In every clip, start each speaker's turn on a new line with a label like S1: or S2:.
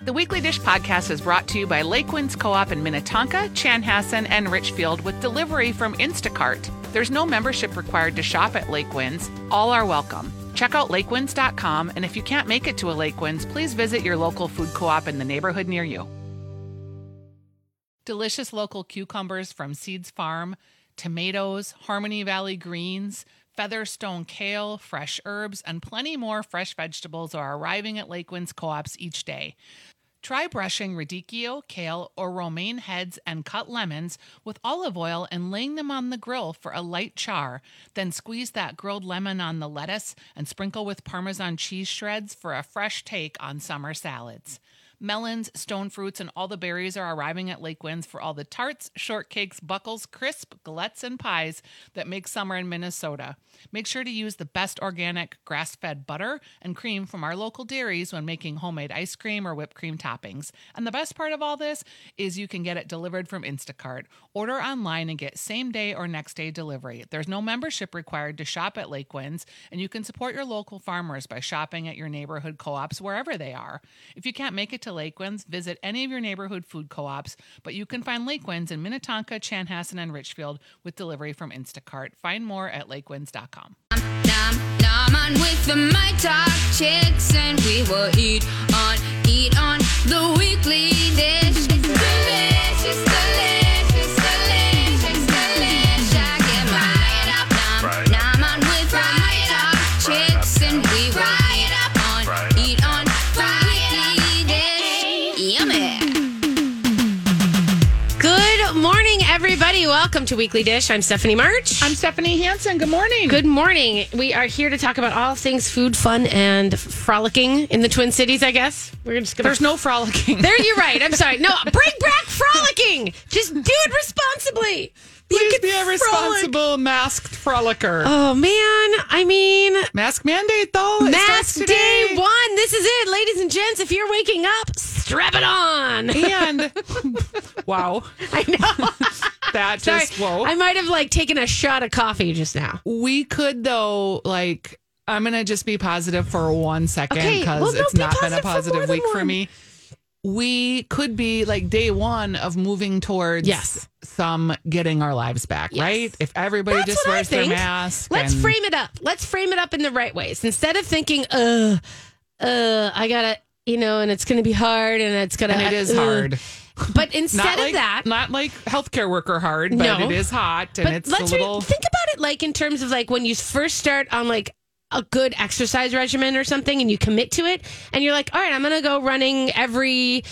S1: The Weekly Dish podcast is brought to you by Lakewinds Co op in Minnetonka, Chanhassen, and Richfield with delivery from Instacart. There's no membership required to shop at Lakewinds. All are welcome. Check out lakewinds.com, and if you can't make it to a Lakewinds, please visit your local food co op in the neighborhood near you. Delicious local cucumbers from Seeds Farm, tomatoes, Harmony Valley greens, Featherstone kale, fresh herbs, and plenty more fresh vegetables are arriving at Lakewinds co ops each day. Try brushing radicchio, kale, or romaine heads and cut lemons with olive oil and laying them on the grill for a light char. Then squeeze that grilled lemon on the lettuce and sprinkle with Parmesan cheese shreds for a fresh take on summer salads. Melons, stone fruits, and all the berries are arriving at Lake Winds for all the tarts, shortcakes, buckles, crisp, galettes, and pies that make summer in Minnesota. Make sure to use the best organic grass fed butter and cream from our local dairies when making homemade ice cream or whipped cream toppings. And the best part of all this is you can get it delivered from Instacart. Order online and get same day or next day delivery. There's no membership required to shop at Lake Winds, and you can support your local farmers by shopping at your neighborhood co ops wherever they are. If you can't make it to Lake Winds, visit any of your neighborhood food co ops, but you can find Lake Winds in Minnetonka, Chanhassen, and Richfield with delivery from Instacart. Find more at lakewinds.com.
S2: Nom nom on with the My Talk chicks, and we will eat on, eat on the weekly dish. It's delicious, delicious, delicious, delicious. I get fried up, nom nom on with the My Talk chicks, and we will eat on, eat on the weekly dish. Yummy.
S3: Good morning, everybody. Welcome to Weekly Dish. I'm Stephanie March.
S1: I'm Stephanie Hansen. Good morning.
S3: Good morning. We are here to talk about all things food, fun, and frolicking in the Twin Cities, I guess. We're just going
S1: There's no frolicking.
S3: There, you're right. I'm sorry. No, bring back frolicking. Just do it responsibly. You
S1: Please
S3: can
S1: be a
S3: frolic.
S1: responsible masked frolicker.
S3: Oh, man. I mean,
S1: Mask mandate though. It starts
S3: mask
S1: today.
S3: day one. This is it, ladies and gents. If you're waking up, strap it on.
S1: And wow,
S3: I know.
S1: that
S3: Sorry.
S1: just whoa.
S3: I might have like taken a shot of coffee just now.
S1: we could though, like, I'm gonna just be positive for one second
S3: Okay,
S1: because
S3: well, no,
S1: it's
S3: be
S1: not been a
S3: positive for more
S1: positive
S3: than
S1: week for
S3: one.
S1: me. We could be like day one of moving towards
S3: Yes.
S1: some getting our lives back,
S3: Yes.
S1: right? If everybody
S3: That's
S1: just
S3: what I
S1: wears their
S3: think.
S1: mask,
S3: Let's
S1: and-
S3: frame it up. Let's frame it up in the right ways. Instead of thinking, uh, uh, I gotta, you know, and it's gonna be hard and it's gonna,
S1: and it is
S3: uh,
S1: hard.
S3: But instead
S1: Not
S3: of
S1: like
S3: that,
S1: not like healthcare worker hard, but
S3: No.
S1: it is hot and
S3: but
S1: it's a
S3: let's re-
S1: little.
S3: think about it like in terms of like when you first start on like a good exercise regimen or something and you commit to it and you're like, all right, I'm gonna go running every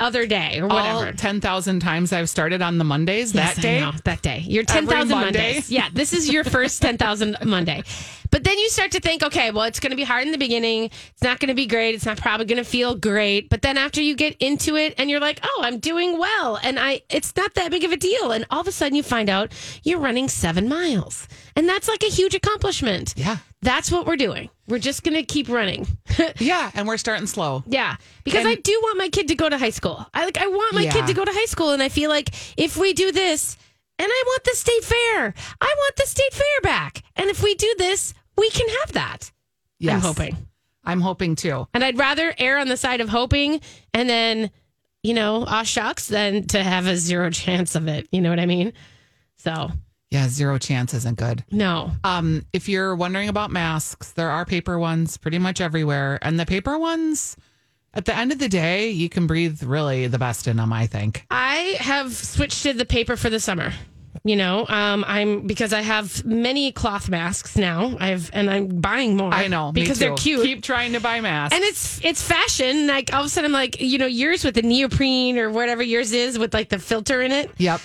S3: other day or
S1: All
S3: whatever.
S1: 10,000 times I've started on the Mondays
S3: Yes,
S1: that
S3: I
S1: day.
S3: know, that day. Your
S1: Every
S3: 10,000
S1: Monday.
S3: Mondays. Yeah, this is your first 10,000 Monday. But then you start to think, okay, well, it's going to be hard in the beginning. It's not going to be great. It's not probably going to feel great. But then after you get into it and you're like, oh, I'm doing well. And I, it's not that big of a deal. And all of a sudden you find out you're running seven miles. And that's like a huge accomplishment.
S1: Yeah.
S3: That's what we're doing. We're just going to keep running.
S1: Yeah. And we're starting slow.
S3: Yeah, because I do want my kid to go to high school. I like I want my
S1: Yeah.
S3: kid to go to high school, and I feel like if we do this, and I want the state fair, I want the state fair back, and if we do this, we can have that.
S1: Yes.
S3: I'm hoping,
S1: I'm hoping too.
S3: and I'd rather err on the side of hoping, and then you know, ah shucks, than to have a zero chance of it. You know what I mean? So
S1: Yeah. Zero chance isn't good.
S3: no,
S1: Um, if you're wondering about masks, there are paper ones pretty much everywhere. And the paper ones, at the end of the day, you can breathe really the best in them, I think.
S3: I have switched to the paper for the summer. You know, um, I'm because I have many cloth masks now. I've and I'm buying more.
S1: I know. me
S3: because they're
S1: too.
S3: cute.
S1: Keep trying to buy masks.
S3: and it's it's fashion. Like all of a sudden, I'm like, you know, yours with the neoprene or whatever yours is with like the filter in it.
S1: yep.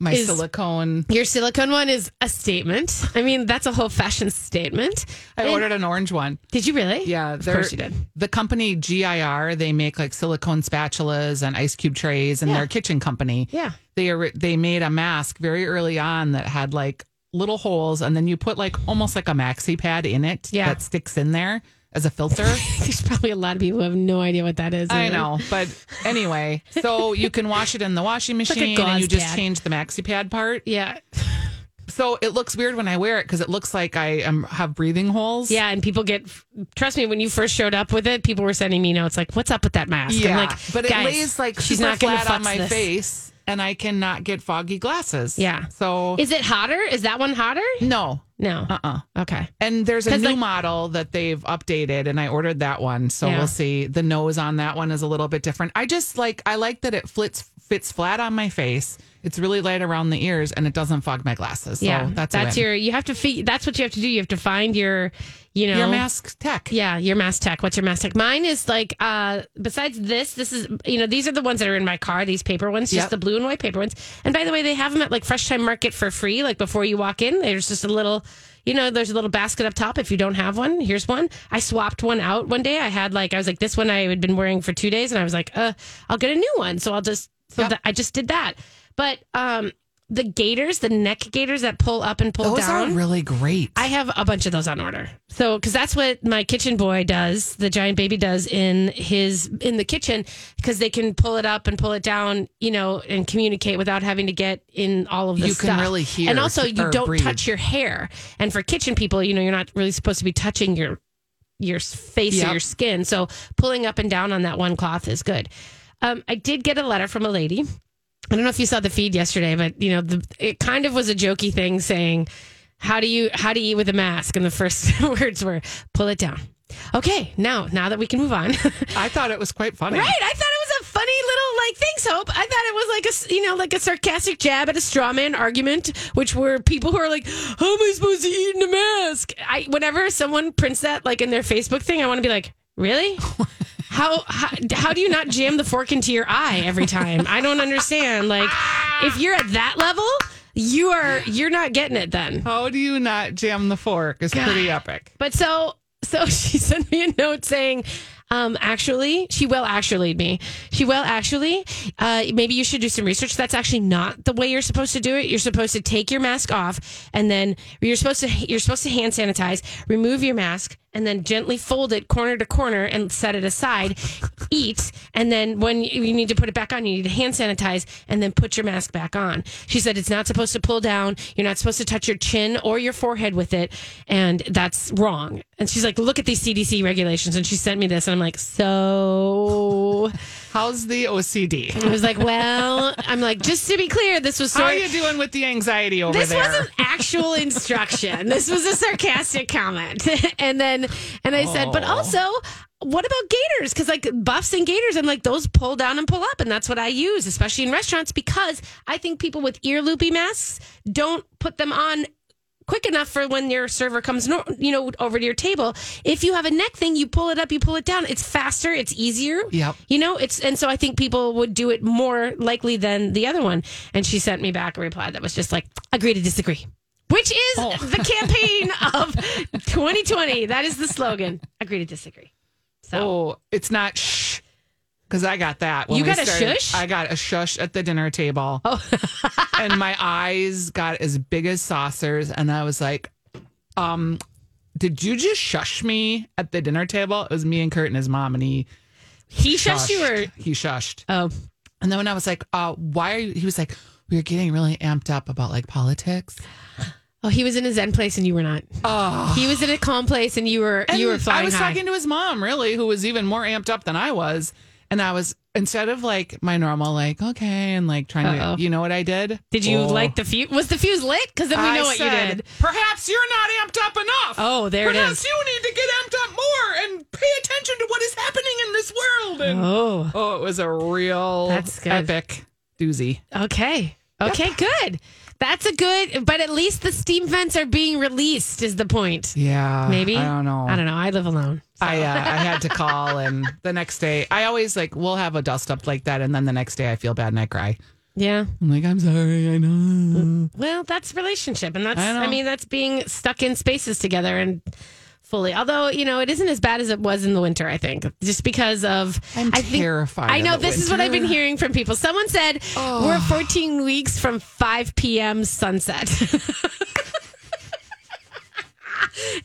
S1: My
S3: is-
S1: silicone.
S3: Your silicone one is a statement. I mean, that's a whole fashion statement.
S1: I
S3: And-
S1: ordered an orange one.
S3: Did you really?
S1: Yeah,
S3: of
S1: they're-
S3: course you did.
S1: The company GIR, they make like silicone spatulas and ice cube trays, and
S3: Yeah.
S1: their kitchen company.
S3: Yeah.
S1: They are, they made a mask very early on that had like little holes, and then you put like almost like a maxi pad in it
S3: Yeah.
S1: that sticks in there as a filter.
S3: There's probably a lot of people who have no idea what that is.
S1: I know, but anyway, so you can wash it in the washing
S3: like a
S1: machine, and you
S3: gauze
S1: just
S3: pad.
S1: change the maxi pad part.
S3: Yeah.
S1: so it looks weird when I wear it because it looks like I am have breathing holes.
S3: Yeah, and people get. Trust me, when you first showed up with it, people were sending me notes like, "What's up with that mask?"
S1: yeah.
S3: I'm like,
S1: but it
S3: "Guys,
S1: lays like
S3: she's
S1: super
S3: not gonna
S1: flat on
S3: futz
S1: my
S3: this."
S1: face, and I cannot get foggy glasses.
S3: Yeah.
S1: so
S3: Is it hotter? Is that one hotter?
S1: no,
S3: No.
S1: uh, uh
S3: Okay.
S1: And there's a
S3: 'Cause,
S1: new
S3: like-
S1: model that they've updated, and I ordered that one. So
S3: Yeah.
S1: we'll see. The nose on that one is a little bit different. I just like I like that it flits fits flat on my face. It's really light around the ears, and it doesn't fog my glasses. So
S3: yeah,
S1: that's a
S3: that's
S1: win.
S3: your. You have to. Fi- that's what you have to do. You have to find your. You know.
S1: your mask tech.
S3: Yeah, your mass tech. What's your mass tech? Mine is like uh besides this, this is you know, these are the ones that are in my car, these paper ones, just
S1: Yep.
S3: the blue and white paper ones. And by the way, they have them at like Fresh Time Market for free, like before you walk in. There's just a little you know, there's a little basket up top. If you don't have one, here's one. I swapped one out one day. I had like I was like this one I had been wearing for two days, and I was like, uh, I'll get a new one. So I'll just so
S1: Yep.
S3: that I just did that. But um the gaiters, the neck gaiters that pull up and pull
S1: Those
S3: down.
S1: are really great.
S3: I have a bunch of those on order. So, because that's what my kitchen boy does, the giant baby does in his in the kitchen, because they can pull it up and pull it down, you know, and communicate without having to get in all of the
S1: You can
S3: stuff.
S1: really hear
S3: and also
S1: or
S3: you don't
S1: breathe.
S3: touch your hair. And for kitchen people, you know, you're not really supposed to be touching your your face or
S1: Yep.
S3: your skin. So pulling up and down on that one cloth is good. Um, I did get a letter from a lady. I don't know if you saw the feed yesterday, but you know, the, it kind of was a jokey thing saying, "How do you how do you eat with a mask?" And the first words were, "Pull it down." Okay, now now that we can move on.
S1: I thought it was quite funny.
S3: Right. I thought it was a funny little like thing soap. I thought it was like a s- you know like a sarcastic jab at a straw man argument, which were people who are like, "How am I supposed to eat in a mask?" I whenever someone prints that like in their Facebook thing, I want to be like, "Really? How, how how do you not jam the fork into your eye every time? I don't understand. Like if you're at that level, you are you're not getting it then."
S1: How do you not jam the fork? Is pretty epic.
S3: But so so she sent me a note saying, um, actually, she will actually me. She will actually. Uh, maybe you should do some research. That's actually not the way you're supposed to do it. You're supposed to take your mask off, and then you're supposed to you're supposed to hand sanitize, remove your mask, and then gently fold it corner to corner and set it aside. Eat, and then when you you need to put it back on, you need to hand sanitize, and then put your mask back on. She said it's not supposed to pull down. You're not supposed to touch your chin or your forehead with it, and that's wrong. And she's like, look at these CDC regulations, and she sent me this, and I'm like, so
S1: How's the OCD?
S3: I was like, well, I'm like, just to be clear, this was
S1: How
S3: sort
S1: are you doing with the anxiety over
S3: this
S1: there?
S3: wasn't actual instruction. this was a sarcastic comment. and then and I said, but
S1: Oh.
S3: also, what about gaiters? Because like buffs and gaiters, I'm like, those pull down and pull up, and that's what I use, especially in restaurants, because I think people with ear loopy masks don't put them on quick enough for when your server comes nor- you know over to your table if you have a neck thing you pull it up you pull it down it's faster it's easier
S1: Yep.
S3: you know it's and so i think people would do it more likely than the other one and she sent me back a reply that was just like agree to disagree which is
S1: Oh.
S3: the campaign of 2020 that is the slogan agree to disagree so
S1: Oh, it's not shh. Because I got that. when
S3: You
S1: we
S3: got a shush?
S1: I got a shush at the dinner table. Oh. and my eyes got as big as saucers. And I was like, um, did you just shush me at the dinner table? It was me and Kurt and his mom, and he
S3: he shushed you or
S1: shushed. He shushed.
S3: oh
S1: And then when I was like, uh, why are you? He was like, we were getting really amped up about like politics.
S3: oh he was in a zen place and you were not
S1: Oh.
S3: he was in a calm place and you were you were
S1: And
S3: flying
S1: I was
S3: high.
S1: talking to his mom, really, who was even more amped up than I was. And I was instead of like my normal, like okay, and like trying
S3: Uh-oh.
S1: to, you know what I did?
S3: Did you
S1: Oh.
S3: like the fuse? Was the fuse lit? Because then we know
S1: I
S3: what
S1: said,
S3: you did.
S1: Perhaps you're not amped up enough.
S3: Oh, there it
S1: Perhaps
S3: is.
S1: you need to get amped up more and pay attention to what is happening in this world. And oh,
S3: Oh,
S1: it was a real
S3: That's good.
S1: epic doozy.
S3: okay. Okay, good. That's a good, but at least the steam vents are being released, is the point.
S1: Yeah,
S3: Maybe?
S1: I don't know.
S3: I don't know. I live alone.
S1: I uh, I had to call, and the next day I always like we'll have a dust up like that, and then the next day I feel bad and I cry.
S3: Yeah.
S1: I'm like, I'm sorry, I know.
S3: Well, that's relationship. And that's,
S1: I know.
S3: I, mean, that's being stuck in spaces together and fully. Although, you know, it isn't as bad as it was in the winter, I think, just because of.
S1: I'm
S3: I think-
S1: terrified.
S3: I
S1: of
S3: know
S1: the
S3: this is what I've been
S1: winter. Oh.
S3: hearing from people. Someone said we're 14 weeks from 5 p.m. sunset. and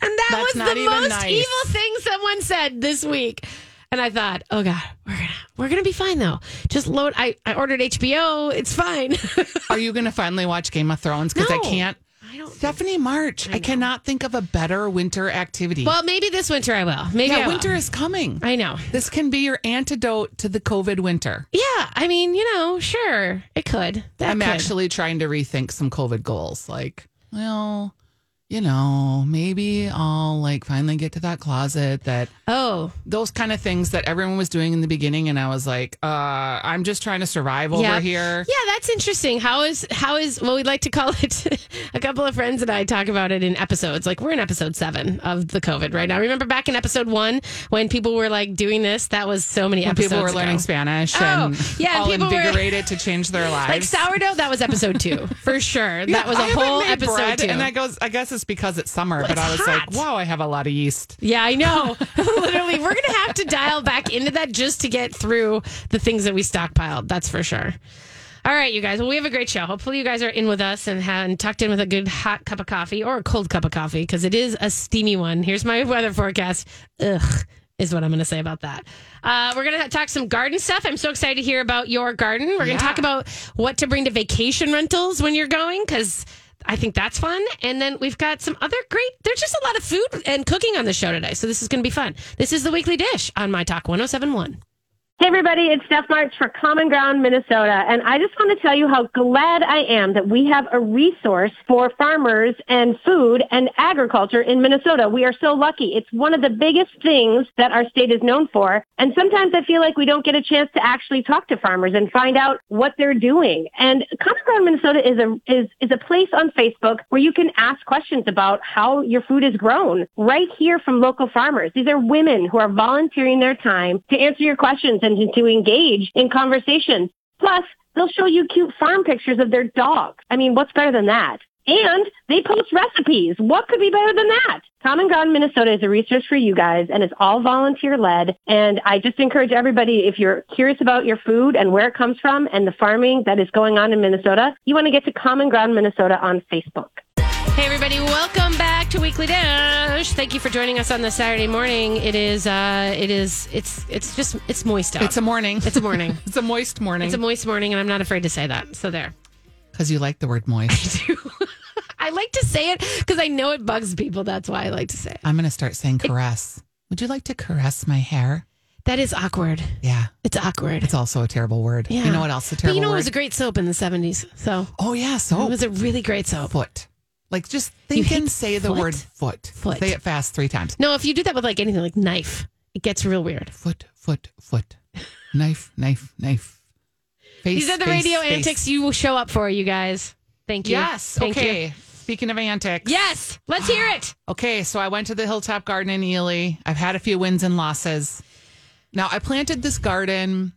S3: that
S1: That's
S3: was
S1: not
S3: the
S1: even
S3: most
S1: nice.
S3: evil thing someone said this week. And I thought, oh God, we're gonna we're gonna be fine though. Just load. I, I ordered HBO. It's fine.
S1: Are you going to finally watch Game of Thrones? Because I
S3: No.
S1: can't.
S3: I I don't.
S1: Stephanie March. I, cannot think of a better winter activity.
S3: Well, maybe this winter I will. Maybe I
S1: yeah,
S3: will.
S1: winter is coming.
S3: I know.
S1: This can be your antidote to the COVID winter.
S3: Yeah, I mean, you know, sure, it could. That
S1: I'm
S3: could.
S1: actually trying to rethink some COVID goals. Like, well, you know, maybe I'll like finally get to that closet that
S3: Oh,
S1: those kind of things that everyone was doing in the beginning. And I was like, uh, I'm just trying to survive over
S3: yeah.
S1: here.
S3: Yeah, that's interesting. How is how is well? We'd like to call it. a couple of friends and I talk about it in episodes. Like we're in episode seven of the COVID right now. Remember back in episode one when people were like doing this? That was so many
S1: When
S3: episodes.
S1: people were
S3: ago.
S1: learning Spanish
S3: Oh,
S1: and
S3: yeah, and
S1: all
S3: people were-
S1: invigorated to change their lives.
S3: Like sourdough, that was episode two for sure. That was a
S1: I haven't
S3: whole
S1: made
S3: episode
S1: bread,
S3: two.
S1: And I goes, I guess it's because it's summer, but
S3: it's
S1: I was
S3: hot.
S1: like, wow, I have a lot of yeast.
S3: Yeah, I know. Literally, we're going to have to dial back into that just to get through the things that we stockpiled. That's for sure. All right, you guys. Well, we have a great show. Hopefully, you guys are in with us and, ha- and tucked in with a good hot cup of coffee or a cold cup of coffee because it is a steamy one. Here's my weather forecast. Ugh, is what I'm going to say about that. Uh, we're going to talk some garden stuff. I'm so excited to hear about your garden. We're going to talk about what to bring to vacation rentals when you're going because. I think that's fun. And then we've got some other great, there's just a lot of food and cooking on the show today. So this is going to be fun. This is the weekly dish on My Talk 1071.
S4: Hey, everybody, it's Steph March for Common Ground Minnesota. And I just want to tell you how glad I am that we have a resource for farmers and food and agriculture in Minnesota. We are so lucky. It's one of the biggest things that our state is known for. And sometimes I feel like we don't get a chance to actually talk to farmers and find out what they're doing. And Common Ground Minnesota is a, is, is a place on Facebook where you can ask questions about how your food is grown right here from local farmers. These are women who are volunteering their time to answer your questions and to engage in conversations. Plus, they'll show you cute farm pictures of their dogs. I mean, what's better than that? And they post recipes. What could be better than that? Common Ground Minnesota is a resource for you guys and it's all volunteer led. And I just encourage everybody, if you're curious about your food and where it comes from and the farming that is going on in Minnesota, you want to get to Common Ground Minnesota on Facebook.
S3: Hey, everybody, welcome back to Weekly Dish. Thank you for joining us on this Saturday morning. It is, uh, it is, it's, it's just, it's moist out.
S1: It's a morning.
S3: it's a morning.
S1: It's a moist morning.
S3: it's a moist morning, and I'm not afraid to say that. So there.
S1: Because you like the word moist.
S3: I like to say it because I know it bugs people. That's why I like to say it.
S1: I'm going to start saying caress. Would you like to caress my hair?
S3: That is awkward.
S1: Yeah.
S3: It's awkward.
S1: It's also a terrible word.
S3: Yeah.
S1: You know what else a
S3: But
S1: terrible
S3: you know, it
S1: word?
S3: was a great soap in the 70s. So
S1: oh, yeah.
S3: it
S1: So
S3: was a really great soap.
S1: foot. Like just
S3: You
S1: think
S3: hate
S1: and say the
S3: foot?
S1: word foot.
S3: Foot.
S1: Say it fast three times.
S3: No, if you do that with like anything, like knife, it gets real weird.
S1: Foot, foot, foot. knife, knife, knife. Face,
S3: These are the
S1: face,
S3: radio
S1: face.
S3: antics you will show up for, you guys. Thank you.
S1: Yes.
S3: Thank
S1: okay.
S3: You.
S1: Speaking of antics.
S3: Yes. Let's hear it.
S1: Okay, so I went to the Hilltop Garden in Ely. I've had a few wins and losses. Now, I planted this garden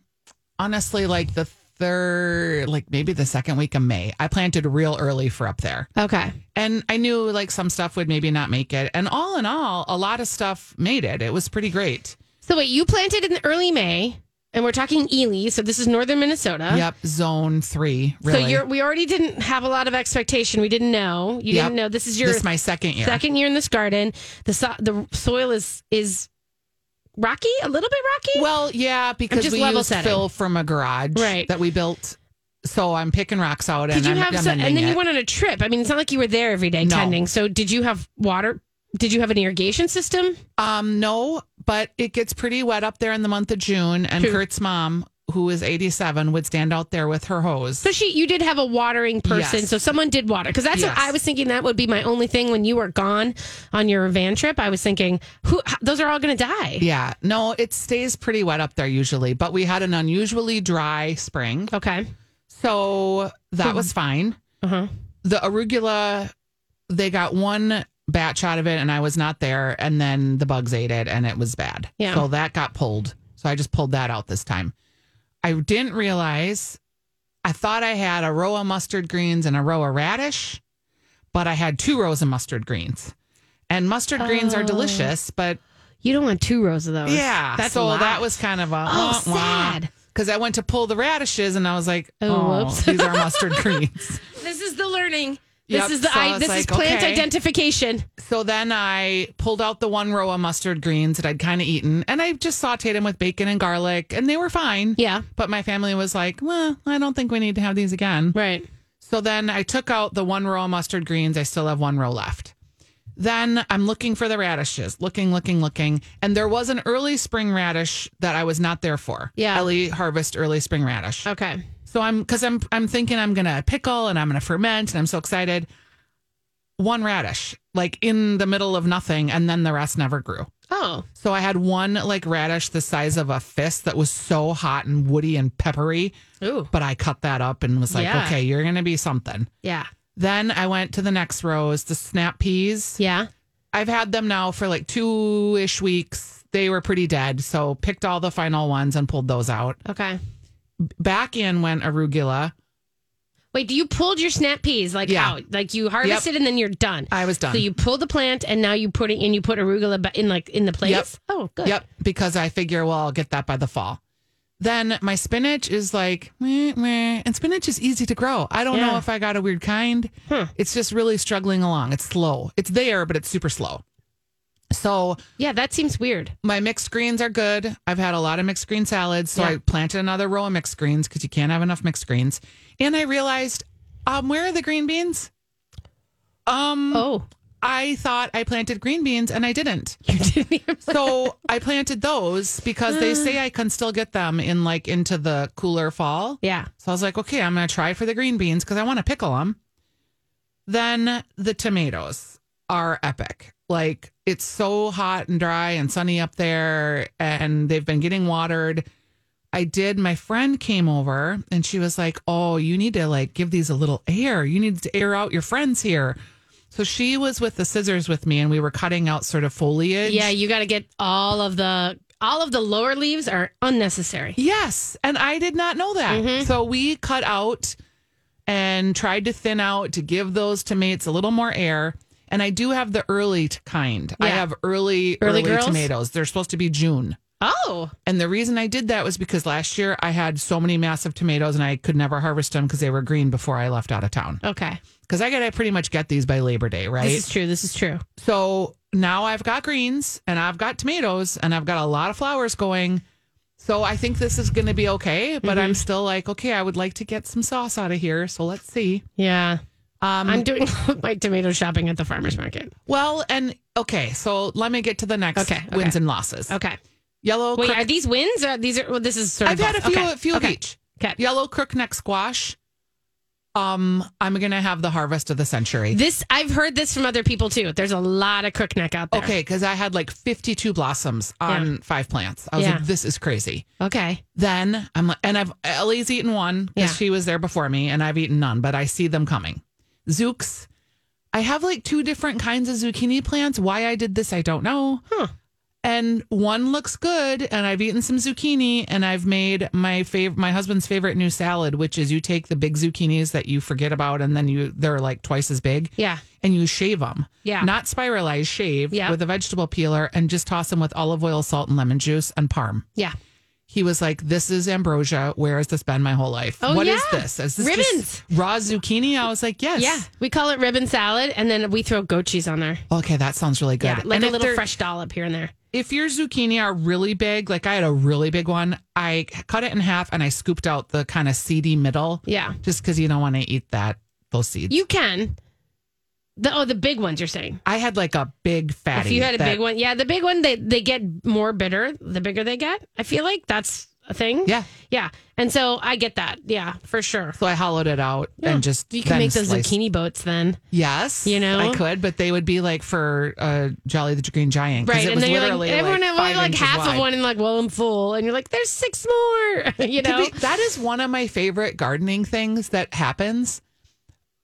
S1: honestly like the third, like maybe the second week of May. I planted real early for up there.
S3: Okay.
S1: And I knew like some stuff would maybe not make it. And all in all, a lot of stuff made it. It was pretty great.
S3: So wait, you planted in early May, and we're talking Ely, so this is northern Minnesota.
S1: Yep, zone 3, really.
S3: So you're, we already didn't have a lot of expectation. We didn't know. You
S1: Yep.
S3: didn't know. This is your
S1: this is my second year.
S3: second year in this garden. The so- the soil is is rocky, a little bit rocky.
S1: Well, yeah, because
S3: just
S1: we
S3: level
S1: used
S3: setting.
S1: fill from a garage
S3: Right.
S1: that we built. So I'm picking rocks out and
S3: did you
S1: I'm
S3: have so, and
S1: amending
S3: then
S1: it.
S3: you went on a trip? I mean, it's not like you were there every day
S1: No.
S3: tending. So did you have water? Did you have an irrigation system?
S1: Um, no, but it gets pretty wet up there in the month of June, and
S3: True.
S1: Kurt's mom, who is 87, would stand out there with her hose.
S3: So she, you did have a watering person.
S1: Yes.
S3: So someone did water because that's what
S1: Yes.
S3: I was thinking. That would be my only thing when you were gone on your van trip. I was thinking, who? h- Those are all going to die.
S1: Yeah, no, it stays pretty wet up there usually, but we had an unusually dry spring,
S3: Okay.
S1: so
S3: Hmm.
S1: that was fine.
S3: Uh huh.
S1: The arugula, they got one batch out of it, and I was not there, and then the bugs ate it, and it was bad.
S3: Yeah.
S1: so that got pulled. So I just pulled that out this time. I didn't realize I thought I had a row of mustard greens and a row of radish, but I had two rows of mustard greens. And mustard greens are
S3: Oh.
S1: delicious, but
S3: You don't want two rows of those.
S1: yeah.
S3: That's a
S1: so
S3: lot.
S1: that was kind of a
S3: Oh, sad.
S1: Because I went to pull the radishes and I was like,
S3: Oh,
S1: oh,
S3: whoops."
S1: these are mustard greens.
S3: This is the learning.
S1: Yep,
S3: This is the
S1: so
S3: I,
S1: it's
S3: this is
S1: like,
S3: plant
S1: okay.
S3: identification.
S1: So then I pulled out the one row of mustard greens that I'd kind of eaten and I just sauteed them with bacon and garlic and they were fine.
S3: Yeah.
S1: But my family was like, well, I don't think we need to have these again.
S3: Right.
S1: So then I took out the one row of mustard greens. I still have one row left. Then I'm looking for the radishes, looking, looking, looking. And there was an early spring radish that I was not there for.
S3: Yeah.
S1: Ellie harvest early spring radish.
S3: Okay.
S1: So I'm because I'm I'm thinking I'm gonna pickle and I'm gonna ferment and I'm so excited. One radish, like in the middle of nothing, and then the rest never grew.
S3: Oh,
S1: So I had one like radish the size of a fist that was so hot and woody and peppery.
S3: Ooh.
S1: But I cut that up and was like,
S3: Yeah.
S1: okay, you're gonna be something.
S3: yeah.
S1: Then I went to the next rows, the snap peas.
S3: Yeah.
S1: I've had them now for like two ish weeks. They were pretty dead, so picked all the final ones and pulled those out.
S3: Okay.
S1: Back in went arugula.
S3: Wait, you pulled your snap peas like
S1: Yeah.
S3: out, like you harvested and then you're done.
S1: I was done.
S3: So you pull the plant and now you put it in. You put arugula ba- in like in the place.
S1: Yep.
S3: Oh, good.
S1: Yep, because I figure, well, I'll get that by the fall. Then my spinach is like, meh, meh. and spinach is easy to grow. I don't know
S3: Yeah.
S1: if I got a weird kind. It's just really struggling along. It's slow. It's there, but it's super slow. So
S3: Yeah, that seems weird.
S1: my mixed greens are good. I've had a lot of mixed green salads, so
S3: Yeah.
S1: I planted another row of mixed greens because you can't have enough mixed greens. And I realized, um, where are the green beans? Um,
S3: Oh,
S1: I thought I planted green beans and I didn't.
S3: you didn't even.
S1: So I planted those because they say I can still get them in like into the cooler fall.
S3: Yeah.
S1: So I was like, okay, I'm going to try for the green beans because I want to pickle them. Then the tomatoes are epic. Like it's so hot and dry and sunny up there, and they've been getting watered. I did. My friend came over and she was like, oh, you need to like give these a little air. You need to air out your friends here. So she was with the scissors with me, and we were cutting out sort of foliage.
S3: Yeah, you got to get all of the all of the lower leaves are unnecessary.
S1: Yes, and I did not know that.
S3: Mm-hmm.
S1: So we cut out and tried to thin out to give those tomatoes a little more air. And I do have the early t- kind. I
S3: Yeah.
S1: have early
S3: Early
S1: early,
S3: girls?
S1: tomatoes. They're supposed to be June.
S3: Oh,
S1: And the reason I did that was because last year I had so many massive tomatoes and I could never harvest them because they were green before I left out of town.
S3: okay.
S1: Because I got to pretty much get these by Labor Day, right?
S3: This is true. This is true.
S1: So now I've got greens and I've got tomatoes and I've got a lot of flowers going. So I think this is going to be okay, but
S3: Mm-hmm.
S1: I'm still like, okay, I would like to get some sauce out of here. So let's see.
S3: Yeah.
S1: Um,
S3: I'm doing my tomato shopping at the farmer's market.
S1: well, and okay, so let me get to the next
S3: Okay, okay.
S1: wins and losses.
S3: Okay.
S1: Yellow.
S3: Wait,
S1: crook-
S3: are these wins? Or these are. Well, this is sort of.
S1: I've had a
S3: both.
S1: few,
S3: Okay.
S1: a few
S3: okay.
S1: of each.
S3: Okay.
S1: Yellow crookneck squash. Um, I'm gonna have the harvest of the century.
S3: This I've heard this from other people too. There's a lot of crookneck out there.
S1: okay, because I had like 52 blossoms on five plants. I was
S3: Yeah.
S1: like, this is crazy.
S3: Okay.
S1: then I'm like, and I've Ellie's eaten one because
S3: Yeah.
S1: she was there before me, and I've eaten none, but I see them coming. Zooks, I have like two different kinds of zucchini plants. Why I did this, I don't know.
S3: Huh.
S1: And one looks good, and I've eaten some zucchini, and I've made my fav- my husband's favorite new salad, which is you take the big zucchinis that you forget about, and then you they're like twice as big,
S3: Yeah.
S1: and you shave them,
S3: Yeah.
S1: not spiralize, shave
S3: Yeah.
S1: with a vegetable peeler, and just toss them with olive oil, salt, and lemon juice, and parm
S3: Yeah.
S1: he was like, "This is ambrosia. Where has this been my whole life? What
S3: Oh,
S1: is
S3: yeah.
S1: this? Is this just
S3: Ribbons.
S1: raw zucchini?" I was like, "Yes,
S3: Yeah. We call it ribbon salad, and then we throw goat cheese on there.
S1: Okay, that sounds really good.
S3: Yeah, like
S1: and
S3: a
S1: if
S3: little
S1: they're-
S3: fresh dollop here and there.
S1: If your zucchini are really big, like I had a really big one, I cut it in half and I scooped out the kind of seedy middle.
S3: Yeah.
S1: just because you don't want to eat that those seeds.
S3: You can. The oh, the big ones you're saying.
S1: I had like a big fatty.
S3: If you had a
S1: that-
S3: big one, yeah, the big one they they get more bitter the bigger they get. I feel like that's a thing.
S1: Yeah.
S3: Yeah. And so I get that. Yeah, for sure.
S1: So I hollowed it out
S3: Yeah.
S1: and just
S3: you can
S1: then
S3: make those
S1: sliced-
S3: zucchini boats then.
S1: Yes,
S3: You know?
S1: I could, but they would be like for uh, Jolly the Green Giant, 'cause
S3: Right.
S1: It
S3: And
S1: was
S3: then you're like
S1: literally
S3: everyone
S1: like,
S3: had
S1: five
S3: like,
S1: inches
S3: half
S1: wide.
S3: of one and like, well, I'm full. And you're like, there's six more. you
S1: To
S3: know?
S1: be- that is one of my favorite gardening things that happens.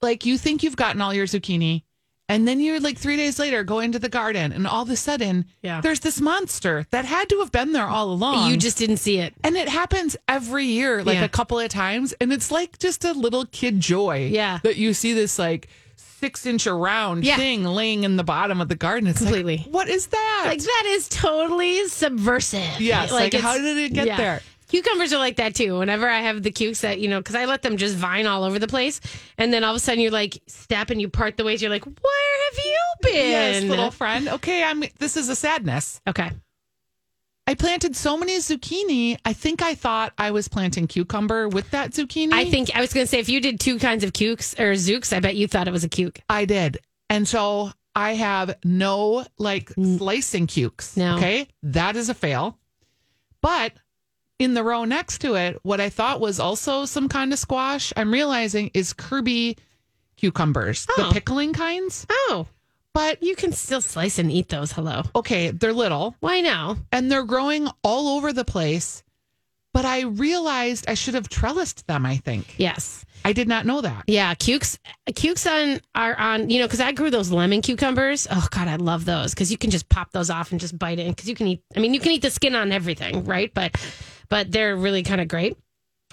S1: Like you think you've gotten all your zucchini, and then you're like three days later go into the garden, and all of a sudden,
S3: Yeah.
S1: there's this monster that had to have been there all along.
S3: you just didn't see it.
S1: and it happens every year, like
S3: Yeah.
S1: a couple of times, and it's like just a little kid joy.
S3: Yeah.
S1: that you see this like six inch around
S3: Yeah.
S1: thing laying in the bottom of the garden. It's
S3: Completely.
S1: Like, what is that?
S3: Like that is totally subversive.
S1: Yes, like,
S3: it's-
S1: how did it get there?
S3: Cucumbers are like that too. Whenever I have the cukes that you know, because I let them just vine all over the place, and then all of a sudden you're like step and you part the ways. You're like, where have you been?
S1: yes, little friend. Okay, I'm. This is a sadness.
S3: okay.
S1: I planted so many zucchini. I think I thought I was planting cucumber with that zucchini.
S3: I think I was going to say if you did two kinds of cukes or zooks, I bet you thought it was a cuke.
S1: I did. And so I have no like slicing cukes.
S3: Mm. No.
S1: Okay. That is a fail. But in the row next to it, what I thought was also some kind of squash, I'm realizing is Kirby cucumbers,
S3: Oh.
S1: the pickling kinds.
S3: Oh,
S1: But
S3: you can still slice and eat those. Hello.
S1: okay, they're little
S3: Why no?
S1: and they're growing all over the place. But I realized I should have trellised them, I think.
S3: Yes.
S1: I did not know that.
S3: Yeah, cukes cukes on are on, you know, cuz I grew those lemon cucumbers. Oh god, I love those cuz you can just pop those off and just bite it cuz you can eat I mean, you can eat the skin on everything, right? But but they're really kind of great.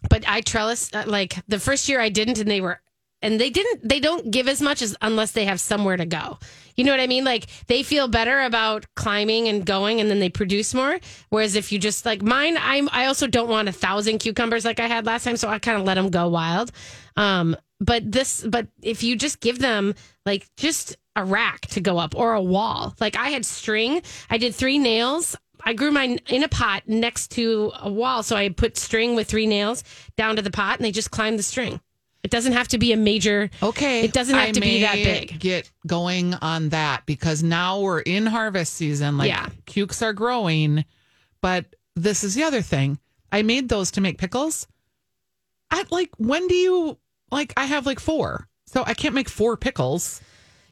S3: But I trellis uh, like the first year I didn't and they were and they didn't they don't give as much as unless they have somewhere to go. You know what I mean? Like they feel better about climbing and going and then they produce more. Whereas if you just like mine, I'm I also don't want a thousand cucumbers like I had last time, so I kind of let them go wild. Um, but this, but if you just give them like just a rack to go up or a wall, like I had string, I did three nails. I grew mine in a pot next to a wall, so I put string with three nails down to the pot, and they just climbed the string. It doesn't have to be a major.
S1: Okay.
S3: It doesn't have
S1: I
S3: to be that
S1: may
S3: big.
S1: Get going on that because now we're in harvest season. Like
S3: Yeah.
S1: cukes are growing. But this is the other thing. I made those to make pickles. I like when do you like I have like four. So I can't make four pickles.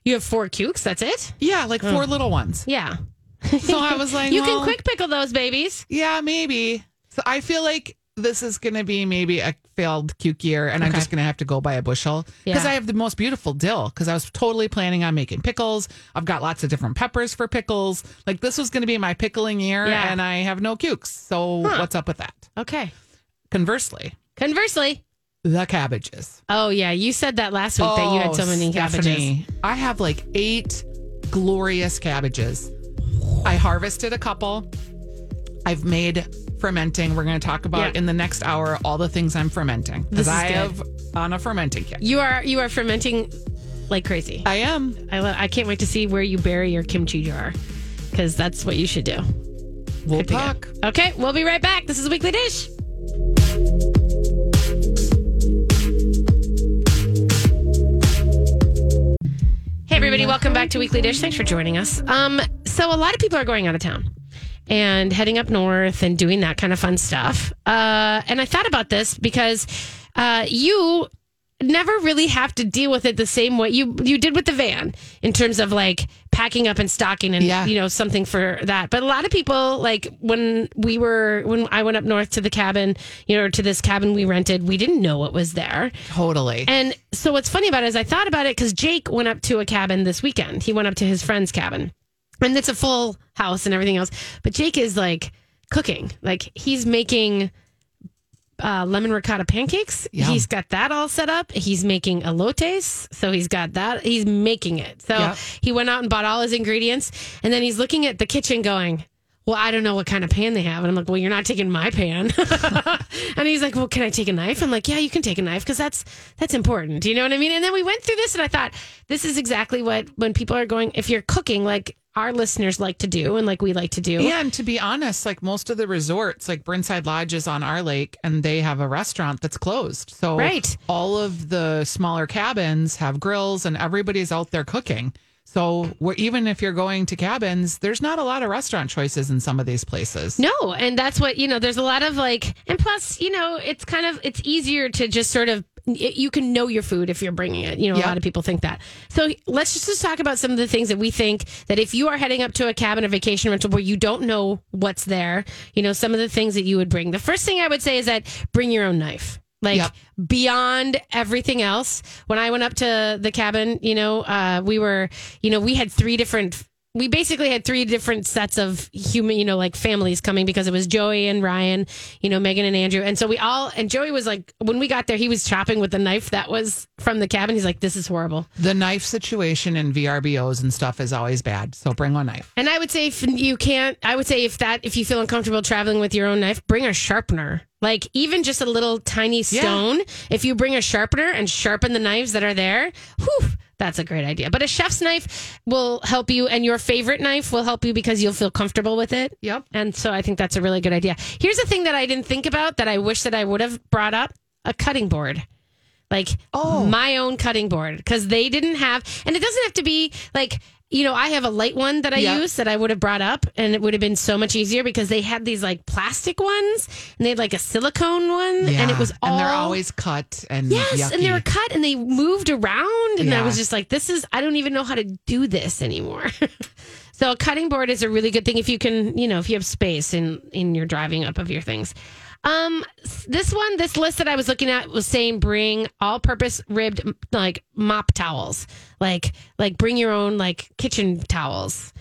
S3: You have four cukes. That's it.
S1: Yeah, like four little ones.
S3: Yeah.
S1: So I was like,
S3: you
S1: well,
S3: can quick pickle those babies.
S1: Yeah, maybe. So I feel like this is going to be maybe a failed cuke year, and I'm
S3: Okay.
S1: just going to have to go buy a bushel because
S3: Yeah.
S1: I have the most beautiful dill. Because I was totally planning on making pickles. I've got lots of different peppers for pickles. Like this was going to be my pickling year,
S3: Yeah.
S1: and I have no cukes. So what's up with that?
S3: Okay.
S1: Conversely,
S3: Conversely,
S1: the cabbages.
S3: oh yeah, you said that last week that you had so many cabbages.
S1: Oh, Stephanie, I have like eight glorious cabbages. I harvested a couple. I've made fermenting. We're going to talk about
S3: Yeah.
S1: in the next hour all the things I'm fermenting because
S3: This is
S1: I
S3: good.
S1: have on a fermenting kit.
S3: You are you are fermenting like crazy.
S1: I am.
S3: I, lo- I can't wait to see where you bury your kimchi jar because that's what you should do.
S1: We'll
S3: Could be
S1: talk.
S3: good. Okay, we'll be right back. This is Weekly Dish. Hey, everybody, welcome back to Weekly Dish. Thanks for joining us. Um, so, a lot of people are going out of town and heading up north and doing that kind of fun stuff. Uh, and I thought about this because uh, you never really have to deal with it the same way you you did with the van in terms of like packing up and stocking and
S1: Yeah.
S3: you know something for that but a lot of people like when we were when i went up north to the cabin you know to this cabin we rented we didn't know what was there
S1: Totally.
S3: and so what's funny about it is I thought about it because Jake went up to a cabin this weekend. He went up to his friend's cabin. And it's a full house and everything else. But Jake is like cooking. Like he's making uh, lemon ricotta pancakes.
S1: Yum.
S3: He's got that all set up. He's making elotes. So he's got that. He's making it. So
S1: Yep.
S3: he went out and bought all his ingredients. And then he's looking at the kitchen going, well, I don't know what kind of pan they have. And I'm like, well, you're not taking my pan. and he's like, well, can I take a knife? I'm like, yeah, you can take a knife because that's that's important. You know what I mean? And then we went through this and I thought, this is exactly what when people are going, if you're cooking, like our listeners like to do and like we like to do.
S1: yeah, and to be honest, like most of the resorts, like Brinside Lodge is on our lake, and they have a restaurant that's closed. So
S3: Right.
S1: all of the smaller cabins have grills, and everybody's out there cooking. So we're, even if you're going to cabins, there's not a lot of restaurant choices in some of these places.
S3: No, and that's what you know. There's a lot of like, and plus, you know, it's kind of it's easier to just sort of y- you can know your food if you're bringing it. You know,
S1: Yeah.
S3: a lot of people think that. So let's just, just talk about some of the things that we think that if you are heading up to a cabin or vacation rental where you don't know what's there, you know, some of the things that you would bring. The first thing I would say is that bring your own knife. Like
S1: Yep.
S3: beyond everything else, when I went up to the cabin, you know, uh, we were, you know, we had three different we basically had three different sets of human, you know, like families coming because it was Joey and Ryan, you know, Megan and Andrew. And so we all, and Joey was like, when we got there, he was chopping with the knife that was from the cabin. He's like, this is horrible.
S1: The knife situation in VRBOs and stuff is always bad. So bring a knife.
S3: And I would say if you can't, I would say if that, if you feel uncomfortable traveling with your own knife, bring a sharpener. Like even just a little tiny stone. If you bring a sharpener and sharpen the knives that are there, whew, That's a great idea. But a chef's knife will help you, and your favorite knife will help you because you'll feel comfortable with it.
S1: Yep.
S3: And so I think that's a really good idea. Here's a thing that I didn't think about that I wish that I would have brought up a cutting board. Like oh. my own cutting board because they didn't have, and it doesn't have to be like, you know, I have a light one that I
S1: Yeah.
S3: use that I would have brought up and it would have been so much easier because they had these like plastic ones and they had like a silicone one and it was all
S1: and they're always cut and
S3: Yes, and they
S1: yucky.
S3: were cut and they moved around, and I
S1: Yeah.
S3: was just like, "This is I don't even know how to do this anymore." so a cutting board is a really good thing if you can, you know, if you have space in in your driving up of your things. Um, s- this one, this list that I was looking at was saying bring all-purpose ribbed m- like mop towels, like like bring your own like kitchen towels,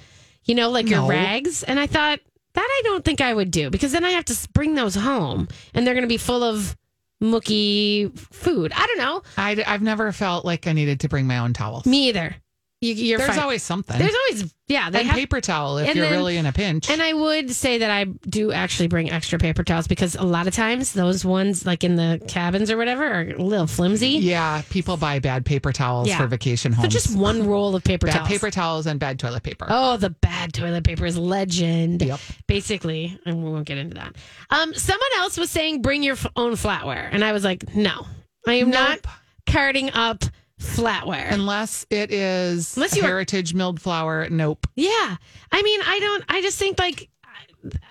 S3: you know, like your
S1: No.
S3: rags. And I thought that I don't think I would do because then I have to s- bring those home, and they're going to be full of mookie food. I don't know.
S1: I, have never felt like I needed to bring my own towels.
S3: Me either. You, you're
S1: There's
S3: fine.
S1: always something.
S3: There's always yeah. They
S1: and
S3: have,
S1: paper towel if
S3: and
S1: you're
S3: then-
S1: really in a pinch.
S3: and I would say that I do actually bring extra paper towels because a lot of times those ones like in the cabins or whatever are a little flimsy.
S1: yeah, people buy bad paper towels
S3: Yeah.
S1: for vacation homes.
S3: So just one roll of paper
S1: bad
S3: towels.
S1: paper towels and bad toilet paper.
S3: Oh, the bad toilet paper is legend.
S1: Yep.
S3: Basically, and we won't get into that. Um, someone else was saying bring your f- own flatware, and I was like, no, I am not
S1: Nope.
S3: carting up flatware.
S1: Unless it is
S3: Unless you are-
S1: heritage milled flour, nope.
S3: Yeah. I mean, I don't, I just think like,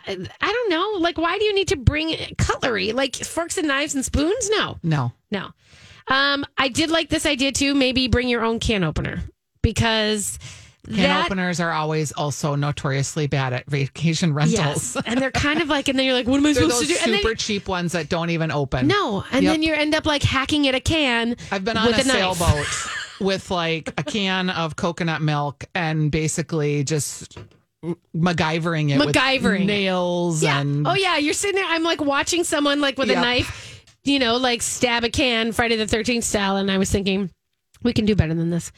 S3: I, I don't know. Like, why do you need to bring cutlery? Like forks and knives and spoons? No,
S1: No.
S3: no. Um, I did like this idea too. Maybe bring your own can opener because
S1: Can
S3: that.
S1: openers are always also notoriously bad at vacation rentals.
S3: Yes. and they're kind of like, and then you're like, what am I
S1: They're
S3: supposed
S1: those
S3: to do? And then,
S1: super cheap ones that don't even open.
S3: no. And
S1: Yep.
S3: then you end up like hacking at a can.
S1: I've been on
S3: with
S1: a,
S3: knife.
S1: sailboat with like a can of coconut milk and basically just MacGyvering it
S3: MacGyvering it.
S1: with nails
S3: Yeah.
S1: and
S3: Oh yeah, you're sitting there. I'm like watching someone like with a
S1: Yep.
S3: knife, you know, like stab a can Friday the Thirteenth style, and I was thinking we can do better than this.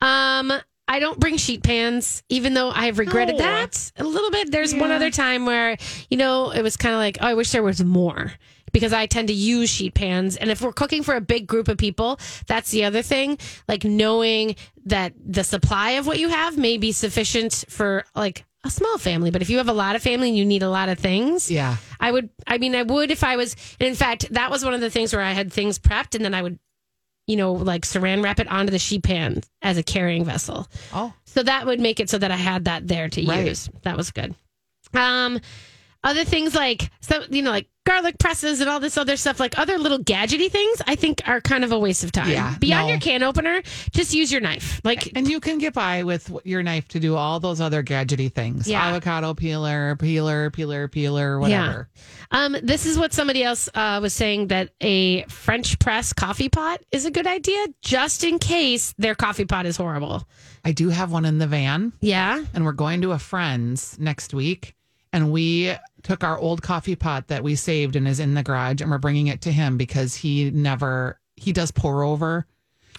S3: Um, I don't bring sheet pans, even though I've regretted
S1: No.
S3: that a little bit. There's one other time where you know it was kind of like, oh, I wish there was more. Because I tend to use sheet pans. And if we're cooking for a big group of people, that's the other thing. Like knowing that the supply of what you have may be sufficient for like a small family. But if you have a lot of family and you need a lot of things,
S1: yeah.
S3: I would, I mean, I would if I was, and in fact, that was one of the things where I had things prepped and then I would, you know, like saran wrap it onto the sheet pan as a carrying vessel.
S1: Oh,
S3: So that would make it so that I had that there to
S1: Right.
S3: use. That was good. Um, other things like so you know like garlic presses and all this other stuff like other little gadgety things I think are kind of a waste of time.
S1: Yeah,
S3: Beyond
S1: no.
S3: your can opener, just use your knife. Like
S1: and you can get by with your knife to do all those other gadgety things.
S3: Yeah.
S1: Avocado peeler, peeler, peeler, peeler, whatever.
S3: Um, this is what somebody else uh, was saying that a French press coffee pot is a good idea, just in case their coffee pot is horrible.
S1: I do have one in the van.
S3: Yeah,
S1: and we're going to a friend's next week. And we took our old coffee pot that we saved and is in the garage, and we're bringing it to him because he never he does pour over.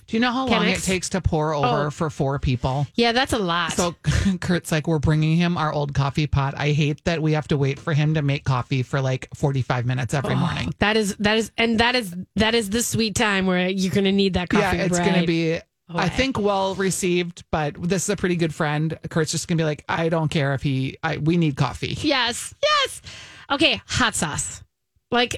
S1: Do you know how long
S3: Chemex?
S1: it takes to pour over
S3: Oh.
S1: for four people?
S3: yeah, that's a lot.
S1: So Kurt's like, we're bringing him our old coffee pot. I hate that we have to wait for him to make coffee for like forty five minutes every
S3: Oh.
S1: morning.
S3: that is that is and that is that is the sweet time where you're going to need that
S1: Yeah,
S3: coffee.
S1: it's
S3: right
S1: gonna be. I
S3: away.
S1: think well received, but this is a pretty good friend. Kurt's just gonna be like, I don't care if he. I, we need coffee.
S3: Yes, yes. Okay, hot sauce. Like,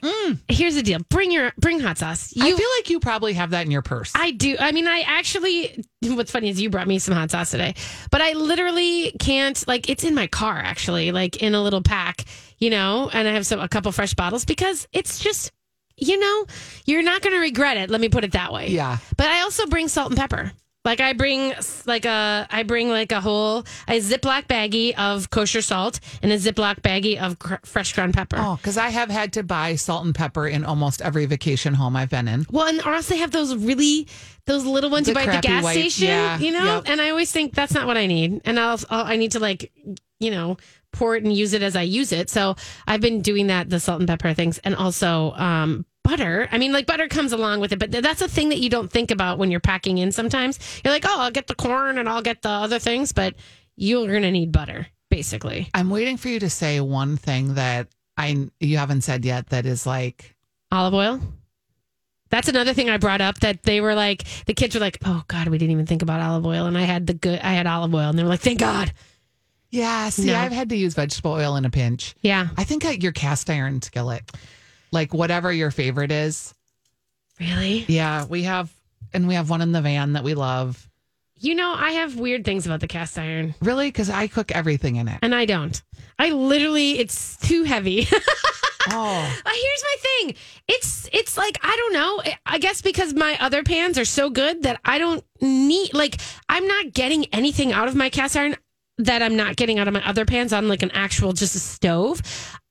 S3: here's the deal: bring your bring hot sauce. You
S1: Mm. I feel like you probably have that in your purse.
S3: I do. I mean, I actually, what's funny is you brought me some hot sauce today, but I literally can't, like, it's in my car, actually, like in a little pack, you know, and I have some, a couple fresh bottles because it's just, you know, you're not going to regret it. Let me put it that way.
S1: Yeah.
S3: But I also bring salt and pepper. Like I bring like a I bring like a whole a Ziploc baggie of kosher salt and a Ziploc baggie of cr- fresh ground pepper.
S1: Oh, because I have had to buy salt and pepper in almost every vacation home I've been in.
S3: Well, and or else they have those really those little ones
S1: The
S3: you buy at the
S1: crappy
S3: gas
S1: white-
S3: station,
S1: yeah,
S3: you know.
S1: yep.
S3: And I always think that's not what I need, and I'll, I'll I need to like you know pour it and use it as I use it. So I've been doing that the salt and pepper things, and also um, butter. I mean, like butter comes along with it, but th- that's a thing that you don't think about when you're packing in. Sometimes you're like, oh, I'll get the corn and I'll get the other things, but you're gonna need butter basically.
S1: I'm waiting for you to say one thing that I you haven't said yet that is like
S3: Olive oil, That's another thing I brought up that they were like, the kids were like, oh God, we didn't even think about olive oil. And I had the good, I had olive oil. And they were like, thank God.
S1: Yeah, see, I've had to use vegetable oil in a pinch.
S3: Yeah.
S1: I think like your cast iron skillet, like whatever your favorite is.
S3: Really?
S1: Yeah, we have, and we have one in the van that we love.
S3: You know, I have weird things about the cast iron.
S1: Really, because I cook everything in it.
S3: And I don't. I literally, it's too heavy.
S1: Oh,
S3: But here's my thing. It's it's like I don't know. I- I guess because my other pans are so good that I don't need like I'm not getting anything out of my cast iron that I'm not getting out of my other pans on like an actual just a stove.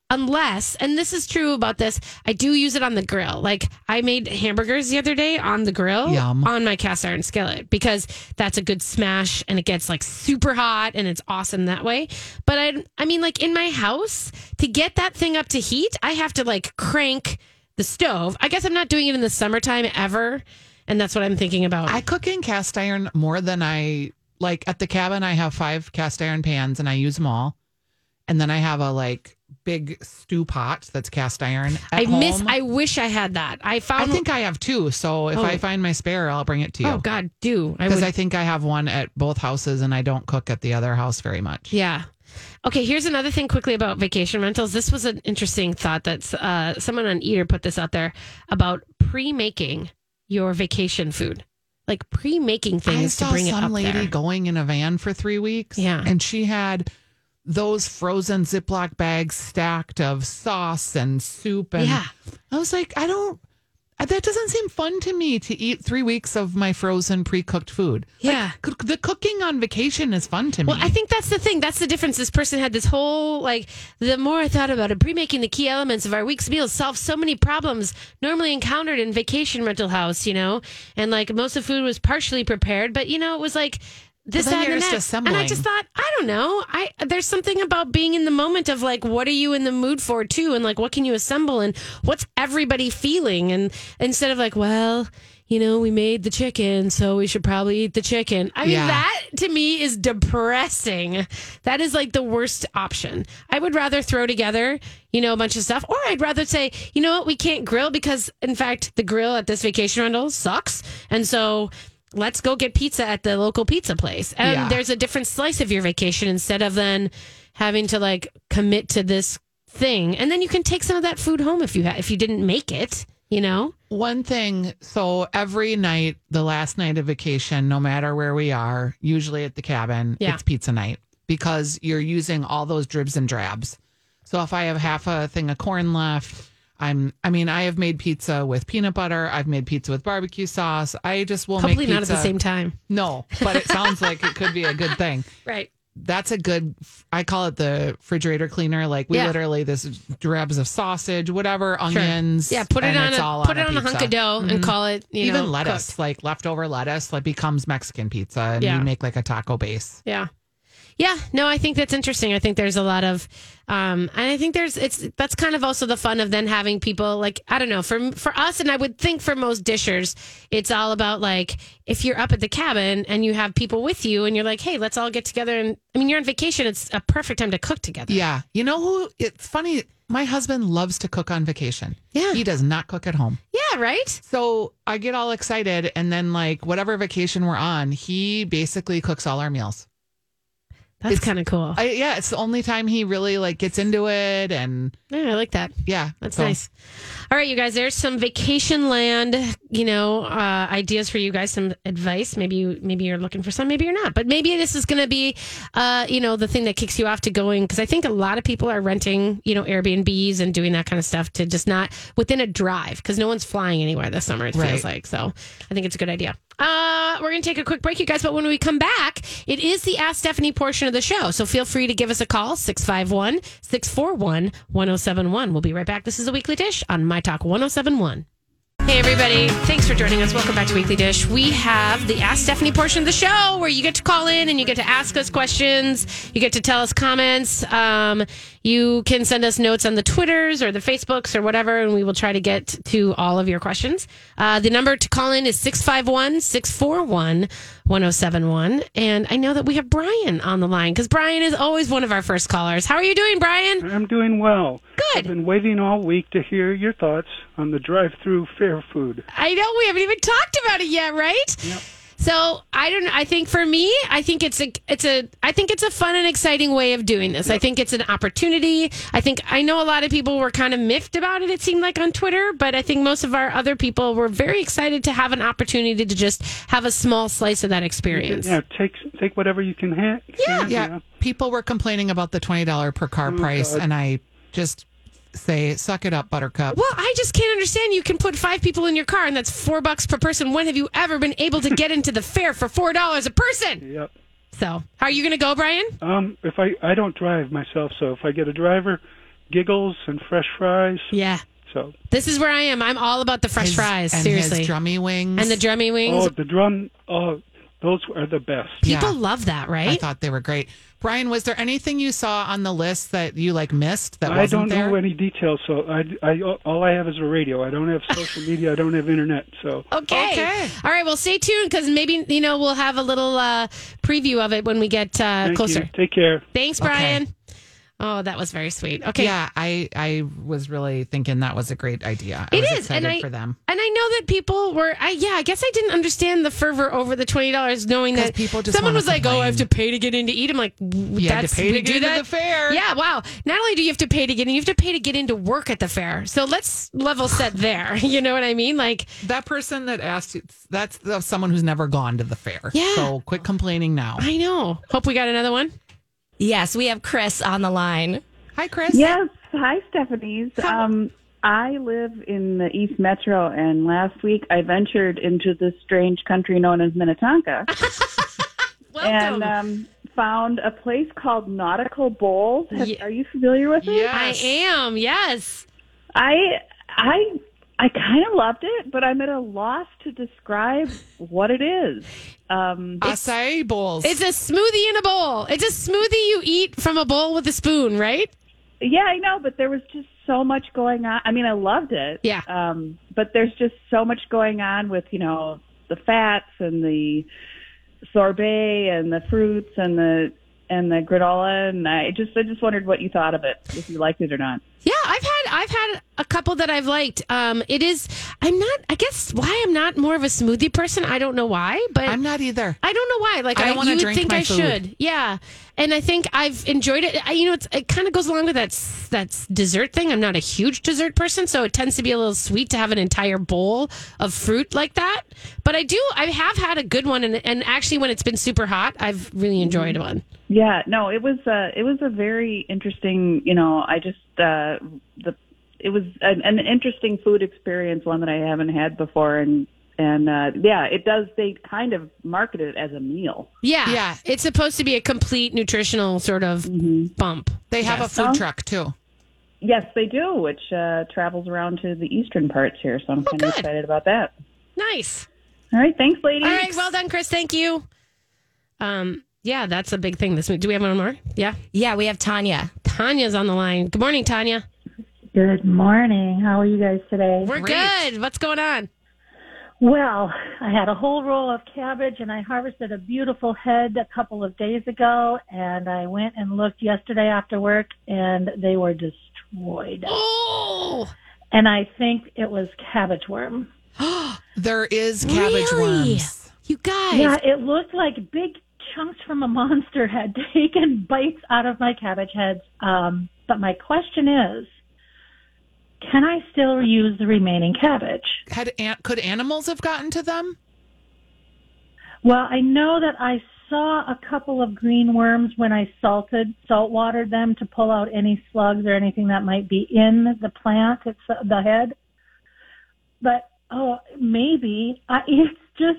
S3: Unless, and this is true about this, I do use it on the grill. Like I made hamburgers the other day on the grill
S1: Yum.
S3: on my cast iron skillet because that's a good smash and it gets like super hot and it's awesome that way. But I I mean like in my house to get that thing up to heat, I have to like crank the stove. I guess I'm not doing it in the summertime ever and that's what I'm thinking about.
S1: I cook in cast iron more than I like at the cabin. I have five cast iron pans and I use them all. And then I have a like big stew pot that's cast iron. At
S3: I miss
S1: home.
S3: I wish I had that. I found
S1: I think I have two. So if
S3: Oh.
S1: I find my spare, I'll bring it to you.
S3: Oh god, do. I
S1: Because
S3: would
S1: I think I have one at both houses and I don't cook at the other house very much.
S3: Yeah. Okay, here's another thing quickly about vacation rentals. This was an interesting thought that uh, someone on Eater put this out there about pre making your vacation food, like pre making
S1: I
S3: things
S1: saw
S3: to bring it
S1: some
S3: up
S1: lady
S3: there.
S1: going in a van for three weeks.
S3: Yeah.
S1: And she had those frozen Ziploc bags stacked of sauce and soup. And
S3: Yeah.
S1: I was like, I don't, uh, that doesn't seem fun to me to eat three weeks of my frozen pre cooked food.
S3: Yeah.
S1: Like, c- the cooking on vacation is fun to me.
S3: Well, I think that's the thing. That's the difference. This person had this whole like. The more I thought about it, pre-making the key elements of our week's meals solved so many problems normally encountered in vacation rental house. You know, and like most of the food was partially prepared, but you know it was like this
S1: Well, then
S3: that, and
S1: you're
S3: the
S1: just
S3: next. And I
S1: assembling.
S3: just thought, I don't know. I there's something about being in the moment of like, what are you in the mood for too, and like what can you assemble, and what's everybody feeling, and instead of like, well. You know, we made the chicken, so we should probably eat the chicken. I mean,
S1: Yeah.
S3: that to me is depressing. That is like the worst option. I would rather throw together, you know, a bunch of stuff, or I'd rather say, you know what, we can't grill because, in fact, the grill at this vacation rental sucks. And so let's go get pizza at the local pizza place. And
S1: Yeah.
S3: there's a different slice of your vacation instead of then having to like commit to this thing. And then you can take some of that food home if you ha- if you didn't make it, you know?
S1: One thing, so every night, the last night of vacation, no matter where we are, usually at the cabin,
S3: Yeah.
S1: it's pizza night because you're using all those dribs and drabs. So if I have half a thing of corn left, I'm I mean, I have made pizza with peanut butter, I've made pizza with barbecue sauce. I just will
S3: Hopefully
S1: make pizza.
S3: not at the same time.
S1: No, but it sounds like it could be a good thing.
S3: Right.
S1: That's a good I call it the refrigerator cleaner. Like we
S3: Yeah.
S1: literally this drabs of sausage, whatever,
S3: Sure.
S1: onions.
S3: Yeah, put it
S1: and
S3: on
S1: it's all
S3: a put
S1: on
S3: it on a hunk
S1: pizza Mm-hmm.
S3: of dough and call it you
S1: even
S3: know,
S1: lettuce,
S3: cooked.
S1: like leftover lettuce, like becomes Mexican pizza, and
S3: Yeah.
S1: you make like a taco base.
S3: Yeah. Yeah, no, I think that's interesting. I think there's a lot of, um, and I think there's it's that's kind of also the fun of then having people like I don't know for for us and I would think for most dishers it's all about like if you're up at the cabin and you have people with you and you're like hey let's all get together and I mean you're on vacation it's a perfect time to cook together
S1: Yeah, you know who? It's funny. My husband loves to cook on vacation.
S3: Yeah.
S1: he does not cook at home.
S3: yeah right
S1: So I get all excited, and then like whatever vacation we're on, he basically cooks all our meals.
S3: that's kind of cool I,
S1: I, yeah, it's the only time he really like gets into it, and
S3: yeah, I like that
S1: yeah,
S3: That's
S1: so-
S3: nice. All right, you guys, there's some vacation land, you know, uh, ideas for you guys, some advice. Maybe you, maybe you're looking for some, maybe you're not. But maybe this is going to be, uh, you know, the thing that kicks you off to going because I think a lot of people are renting, you know, Airbnbs and doing that kind of stuff to just not within a drive because no one's flying anywhere this summer. It
S1: Right.
S3: feels like so. I think it's a good idea. Uh, we're going to take a quick break, you guys. But when we come back, it is the Ask Stephanie portion of the show. So feel free to give us a call 651 641 1071. We'll be right back. This is a weekly dish on My Talk 1071. Hey, everybody. Thanks for joining us. Welcome back to Weekly Dish. We have the Ask Stephanie portion of the show where you get to call in and you get to ask us questions. You get to tell us comments. Um, you can send us notes on the Twitters or the Facebooks or whatever, and we will try to get to all of your questions. Uh, the number to call in is 651 641 1071. And I know that we have Brian on the line because Brian is always one of our first callers. How are you doing, Brian?
S5: I'm doing well.
S3: Good.
S5: I've been waiting all week to hear your thoughts on the drive-through fair food.
S3: I know we haven't even talked about it yet, right? So I don't. I think for me, I think it's a, it's a, I think it's a fun and exciting way of doing this. I think it's an opportunity. I think I know a lot of people were kind of miffed about it. It seemed like on Twitter, but I think most of our other people were very excited to have an opportunity to just have a small slice of that experience.
S5: Yeah, take take whatever you can ha- can,
S6: Yeah. People were complaining about the $20 per car price, and I just say, suck it up, Buttercup.
S3: Well, I just can't understand. You can put five people in your car, and that's four bucks per person. When have you ever been able to get into the fair for four dollars a person?
S5: Yep.
S3: So, how are you going to go, Brian?
S5: Um, if I I don't drive myself, so if I get a driver, giggles and fresh fries.
S3: Yeah,
S5: So
S3: this is where I am. I'm all about the fresh
S6: His-
S3: fries.
S6: and
S3: seriously,
S6: His drummy wings.
S3: and the drummy wings.
S5: oh, the drum. Oh, those are the best.
S6: yeah.
S3: People love that, right?
S6: I thought they were great. Brian, was there anything you saw on the list that you like missed that
S5: I
S6: wasn't
S5: don't
S6: there?
S5: know any details, so I, I all I have is a radio. I don't have social media. I don't have internet. So
S3: Okay.
S6: Okay.
S3: All right. Well, stay tuned because maybe you know we'll have a little uh, preview of it when we get uh,
S5: thank
S3: closer.
S5: you. Take care.
S3: Thanks, Brian. Oh, that was very sweet. Okay.
S6: Yeah, I I was really thinking that was a great idea. I
S3: It
S6: was
S3: is,
S6: excited
S3: and I
S6: for them
S3: and I know that people were. I yeah, I guess I didn't understand the fervor over the twenty dollars, knowing
S6: 'Cause
S3: that
S6: people just
S3: someone
S6: wanna
S3: was like, "Oh, I have to
S6: complain.
S3: pay to get in to eat." I'm like, w-
S6: You had to
S3: "That's
S6: pay to
S3: we
S6: get
S3: do
S6: into
S3: that
S6: the fair.
S3: Yeah, wow. Not only do you have to pay to get in, you have to pay to get into work at the fair. So let's level set there. You know what I mean? Like,
S6: that person that asked you that's the, someone who's never gone to the fair.
S3: Yeah.
S6: So quit complaining now.
S3: I know. Hope we got another one.
S7: Yes, we have Chris on the line.
S6: Hi, Chris.
S8: Yes. Hi, Stephanie's. Um, I live in the East Metro, and last week I ventured into this strange country known as Minnetonka
S3: Welcome.
S8: and um, found a place called Nautical Bowls. Have,
S3: Ye-
S8: Are you familiar with it?
S3: I am. Yes.
S8: I, I, I kind of loved it, but I'm at a loss to describe what it is. Um,
S6: Acai bowls.
S3: It's a smoothie in a bowl. It's a smoothie you eat from a bowl with a spoon, right?
S8: Yeah, I know, but there was just so much going on. I mean, I loved it.
S3: Yeah.
S8: Um, but there's just so much going on with, you know, the fats and the sorbet and the fruits and the and the granola and I just I just wondered what you thought of it, if you liked it or not.
S3: Yeah, I've had I've had a couple that I've liked. Um, it is I'm not I guess why I'm not more of a smoothie person. I don't know why, but
S6: I'm not either.
S3: I don't know why. Like
S6: I
S3: I,
S6: don't wanna
S3: you
S6: drink
S3: think
S6: my
S3: I
S6: food.
S3: should, yeah. And I think I've enjoyed it. I, you know, it's, it kind of goes along with that s- that s- dessert thing. I'm not a huge dessert person, so it tends to be a little sweet to have an entire bowl of fruit like that. But I do I have had a good one, and and actually when it's been super hot, I've really enjoyed one.
S8: Yeah, no, it was uh it was a very interesting, you know, I just uh the it was an, an interesting food experience, one that I haven't had before and and uh yeah, it does they kind of market it as a meal.
S3: Yeah,
S6: Yeah.
S3: It's supposed to be a complete nutritional sort of
S6: Mm-hmm.
S3: bump.
S6: They have a food truck too.
S8: Yes, they do, which uh, travels around to the eastern parts here. So I'm kind of
S3: Oh, good.
S8: excited about that.
S3: Nice.
S8: All right, thanks, ladies.
S3: All right, well done, Chris. Thank you. Um, yeah, that's a big thing this week. Do we have one more? Yeah,
S7: Yeah, we have Tanya.
S3: Tanya's on the line. Good morning, Tanya.
S9: Good morning. How are you guys today?
S3: We're
S6: Great.
S3: good. What's going on?
S9: Well, I had a whole roll of cabbage and I harvested a beautiful head a couple of days ago and I went and looked yesterday after work and they were destroyed.
S3: Oh,
S9: And I think it was cabbage worm.
S6: There is cabbage
S3: really?
S6: worms.
S3: You guys.
S9: Yeah, it looked like big chunks from a monster had taken bites out of my cabbage heads. Um, but my question is, can I still use the remaining cabbage?
S6: Had an- could animals have gotten to them?
S9: Well, I know that I saw a couple of green worms when I salted, salt watered them to pull out any slugs or anything that might be in the plant, it's uh, the head. But oh, maybe I, it's just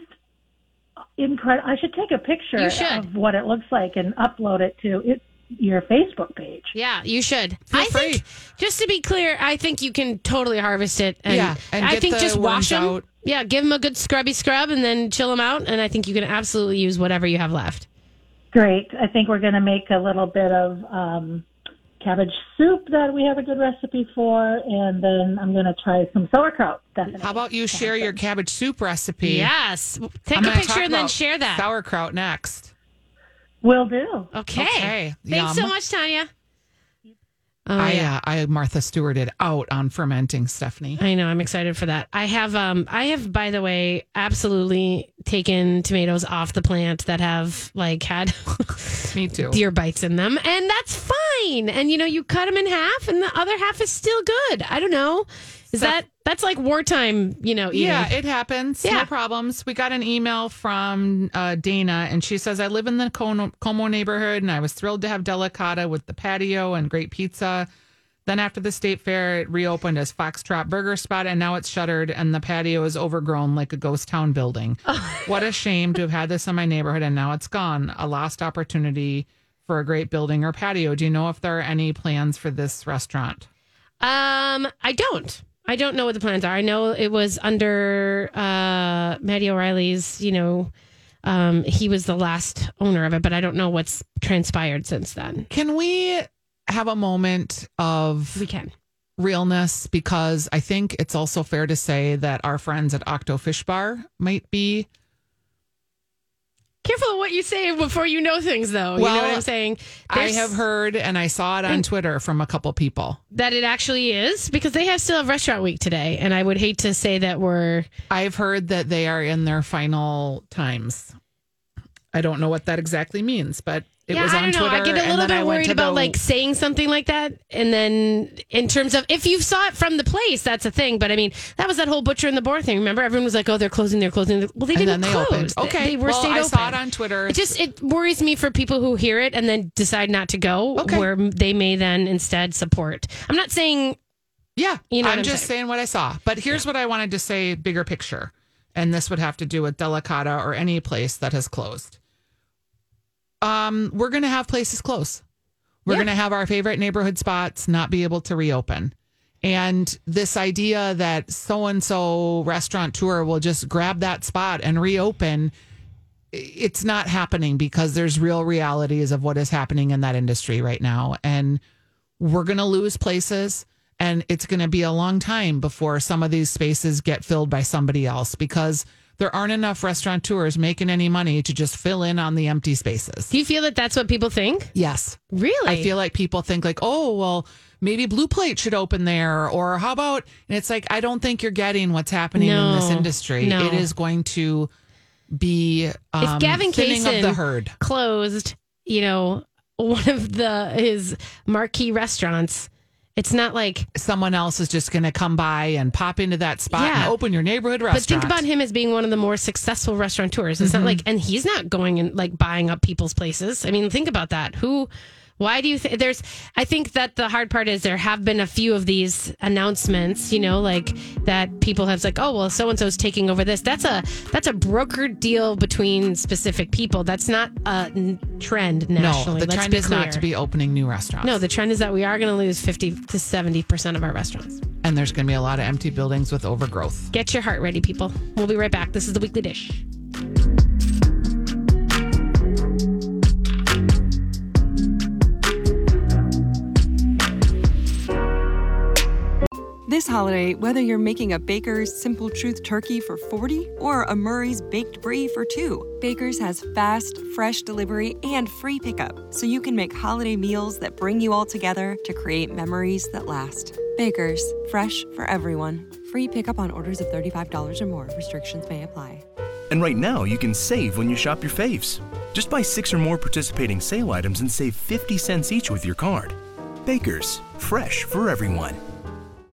S9: incredible. I should take a picture
S3: You should.
S9: of what it looks like and upload it to it, your Facebook page.
S3: Yeah, you should.
S6: Feel
S3: I
S6: free.
S3: think just to be clear, I think you can totally harvest it. And
S6: Yeah, and
S3: I
S6: get
S3: think
S6: the
S3: just
S6: worms
S3: wash them.
S6: out.
S3: Yeah, give them a good scrubby scrub and then chill them out. And I think you can absolutely use whatever you have left.
S9: Great. I think we're going to make a little bit of um, cabbage soup that we have a good recipe for, and then I'm going to try some sauerkraut. Definitely.
S6: How about you share your cabbage soup recipe?
S3: Yes. Take
S6: I'm
S3: a
S6: gonna
S3: picture
S6: talk
S3: and then
S6: about
S3: share that.
S6: Sauerkraut next.
S9: Will do.
S3: Okay.
S6: Okay,
S3: Thanks so
S6: yum.
S3: much, Tanya. Oh,
S1: I,
S3: yeah.
S1: uh, I Martha Stewarted out on fermenting, Stephanie.
S3: I know. I'm excited for that. I have, um, I have, by the way, absolutely taken tomatoes off the plant that have like had
S1: Me too.
S3: deer bites in them, and that's fine. And you know, you cut them in half, and the other half is still good. I don't know. Is that that's like wartime? You know, eating.
S1: Yeah, it happens.
S3: Yeah.
S1: No problems. We got an email from uh, Dana, and she says, I live in the Como, Como neighborhood, and I was thrilled to have Delicata with the patio and great pizza. Then after the state fair, it reopened as Foxtrot Burger Spot, and now it's shuttered, and the patio is overgrown like a ghost town building. what a shame to have had this in my neighborhood, and now it's gone. A lost opportunity for a great building or patio. Do you know if there are any plans for this restaurant?
S3: Um, I don't. I don't know what the plans are. I know it was under uh, Maddie O'Reilly's. You know, um, he was the last owner of it, but I don't know what's transpired since then.
S1: Can we have a moment of
S3: We can.
S1: realness because I think it's also fair to say that our friends at Octo Fish Bar might be.
S3: Careful of what you say before you know things, though. you know
S1: Well,
S3: what I'm saying?
S1: I
S3: There's-
S1: have heard and I saw it on Twitter from a couple people.
S3: that it actually is because they have still have Restaurant Week today, and I would hate to say that we're
S1: I've heard that they are in their final times. I don't know what that exactly means, but it was on
S3: I
S1: Twitter.
S3: I get a
S1: and
S3: little
S1: then I
S3: bit
S1: went
S3: worried
S1: to
S3: about
S1: the-
S3: like saying something like that, and then in terms of if you saw it from the place, that's a thing. But I mean, that was that whole butcher and the boar thing. Remember, everyone was like, "Oh, they're closing, they're closing." Well, they
S1: And then
S3: didn't
S1: they
S3: close.
S1: opened.
S3: They-
S1: Okay.
S3: they were
S1: Well,
S3: stayed
S1: I
S3: open.
S1: saw it on Twitter.
S3: It just it worries me for people who hear it and then decide not to go,
S1: Okay.
S3: where they may then instead support. I'm not saying
S1: Yeah.
S3: You know what
S1: I'm
S3: I'm
S1: just
S3: saying.
S1: saying. what I saw. But here's what I wanted to say bigger picture. And this would have to do with Delicata or any place that has closed. Um, we're going to have places close. We're going to have our favorite neighborhood spots not be able to reopen. And this idea that so and so restaurateur will just grab that spot and reopen, i- it's not happening because there's real realities of what is happening in that industry right now. And we're going to lose places and it's going to be a long time before some of these spaces get filled by somebody else because there aren't enough restaurateurs making any money to just fill in on the empty spaces.
S3: do you feel that that's what people think?
S1: Yes.
S3: Really,
S1: I feel like people think like, "Oh, well, maybe Blue Plate should open there or how about?" And it's like I don't think you're getting what's happening in this
S3: No.
S1: industry.
S3: No.
S1: It is going to be um,
S3: if Gavin
S1: thinning
S3: Kaysen
S1: of the herd.
S3: closed, you know, one of the his marquee restaurants, it's not like.
S1: Someone else is just going to come by and pop into that spot
S3: Yeah.
S1: and open your neighborhood
S3: But
S1: restaurant. Mm-hmm.
S3: think about him as being one of the more successful restaurateurs. It's not like, and he's not going and like buying up people's places. I mean, think about that. Who, why do you think there's, I think that the hard part is there have been a few of these announcements, you know, like that people have like, oh, well, so and so's taking over this. That's a, that's a brokered deal between specific people. That's not a n- trend
S1: No,
S3: nationally.
S1: the
S3: Let's
S1: trend
S3: be
S1: is
S3: clear.
S1: not to be opening new restaurants.
S3: No, the trend is that we are going to lose 50 to 70% of our restaurants.
S1: and there's going to be a lot of empty buildings with overgrowth.
S3: Get your heart ready, people. We'll be right back. This is the Weekly Dish.
S10: This holiday, whether you're making a Baker's Simple Truth turkey for 40 or a Murray's Baked Brie for two, Baker's has fast, fresh delivery and free pickup, so you can make holiday meals that bring you all together to create memories that last. Baker's, fresh for everyone. Free pickup on orders of $35 or more. Restrictions may apply.
S8: And right now, you can save when you shop your faves. Just buy six or more participating sale items and save 50 cents each with your card. Baker's, fresh for everyone.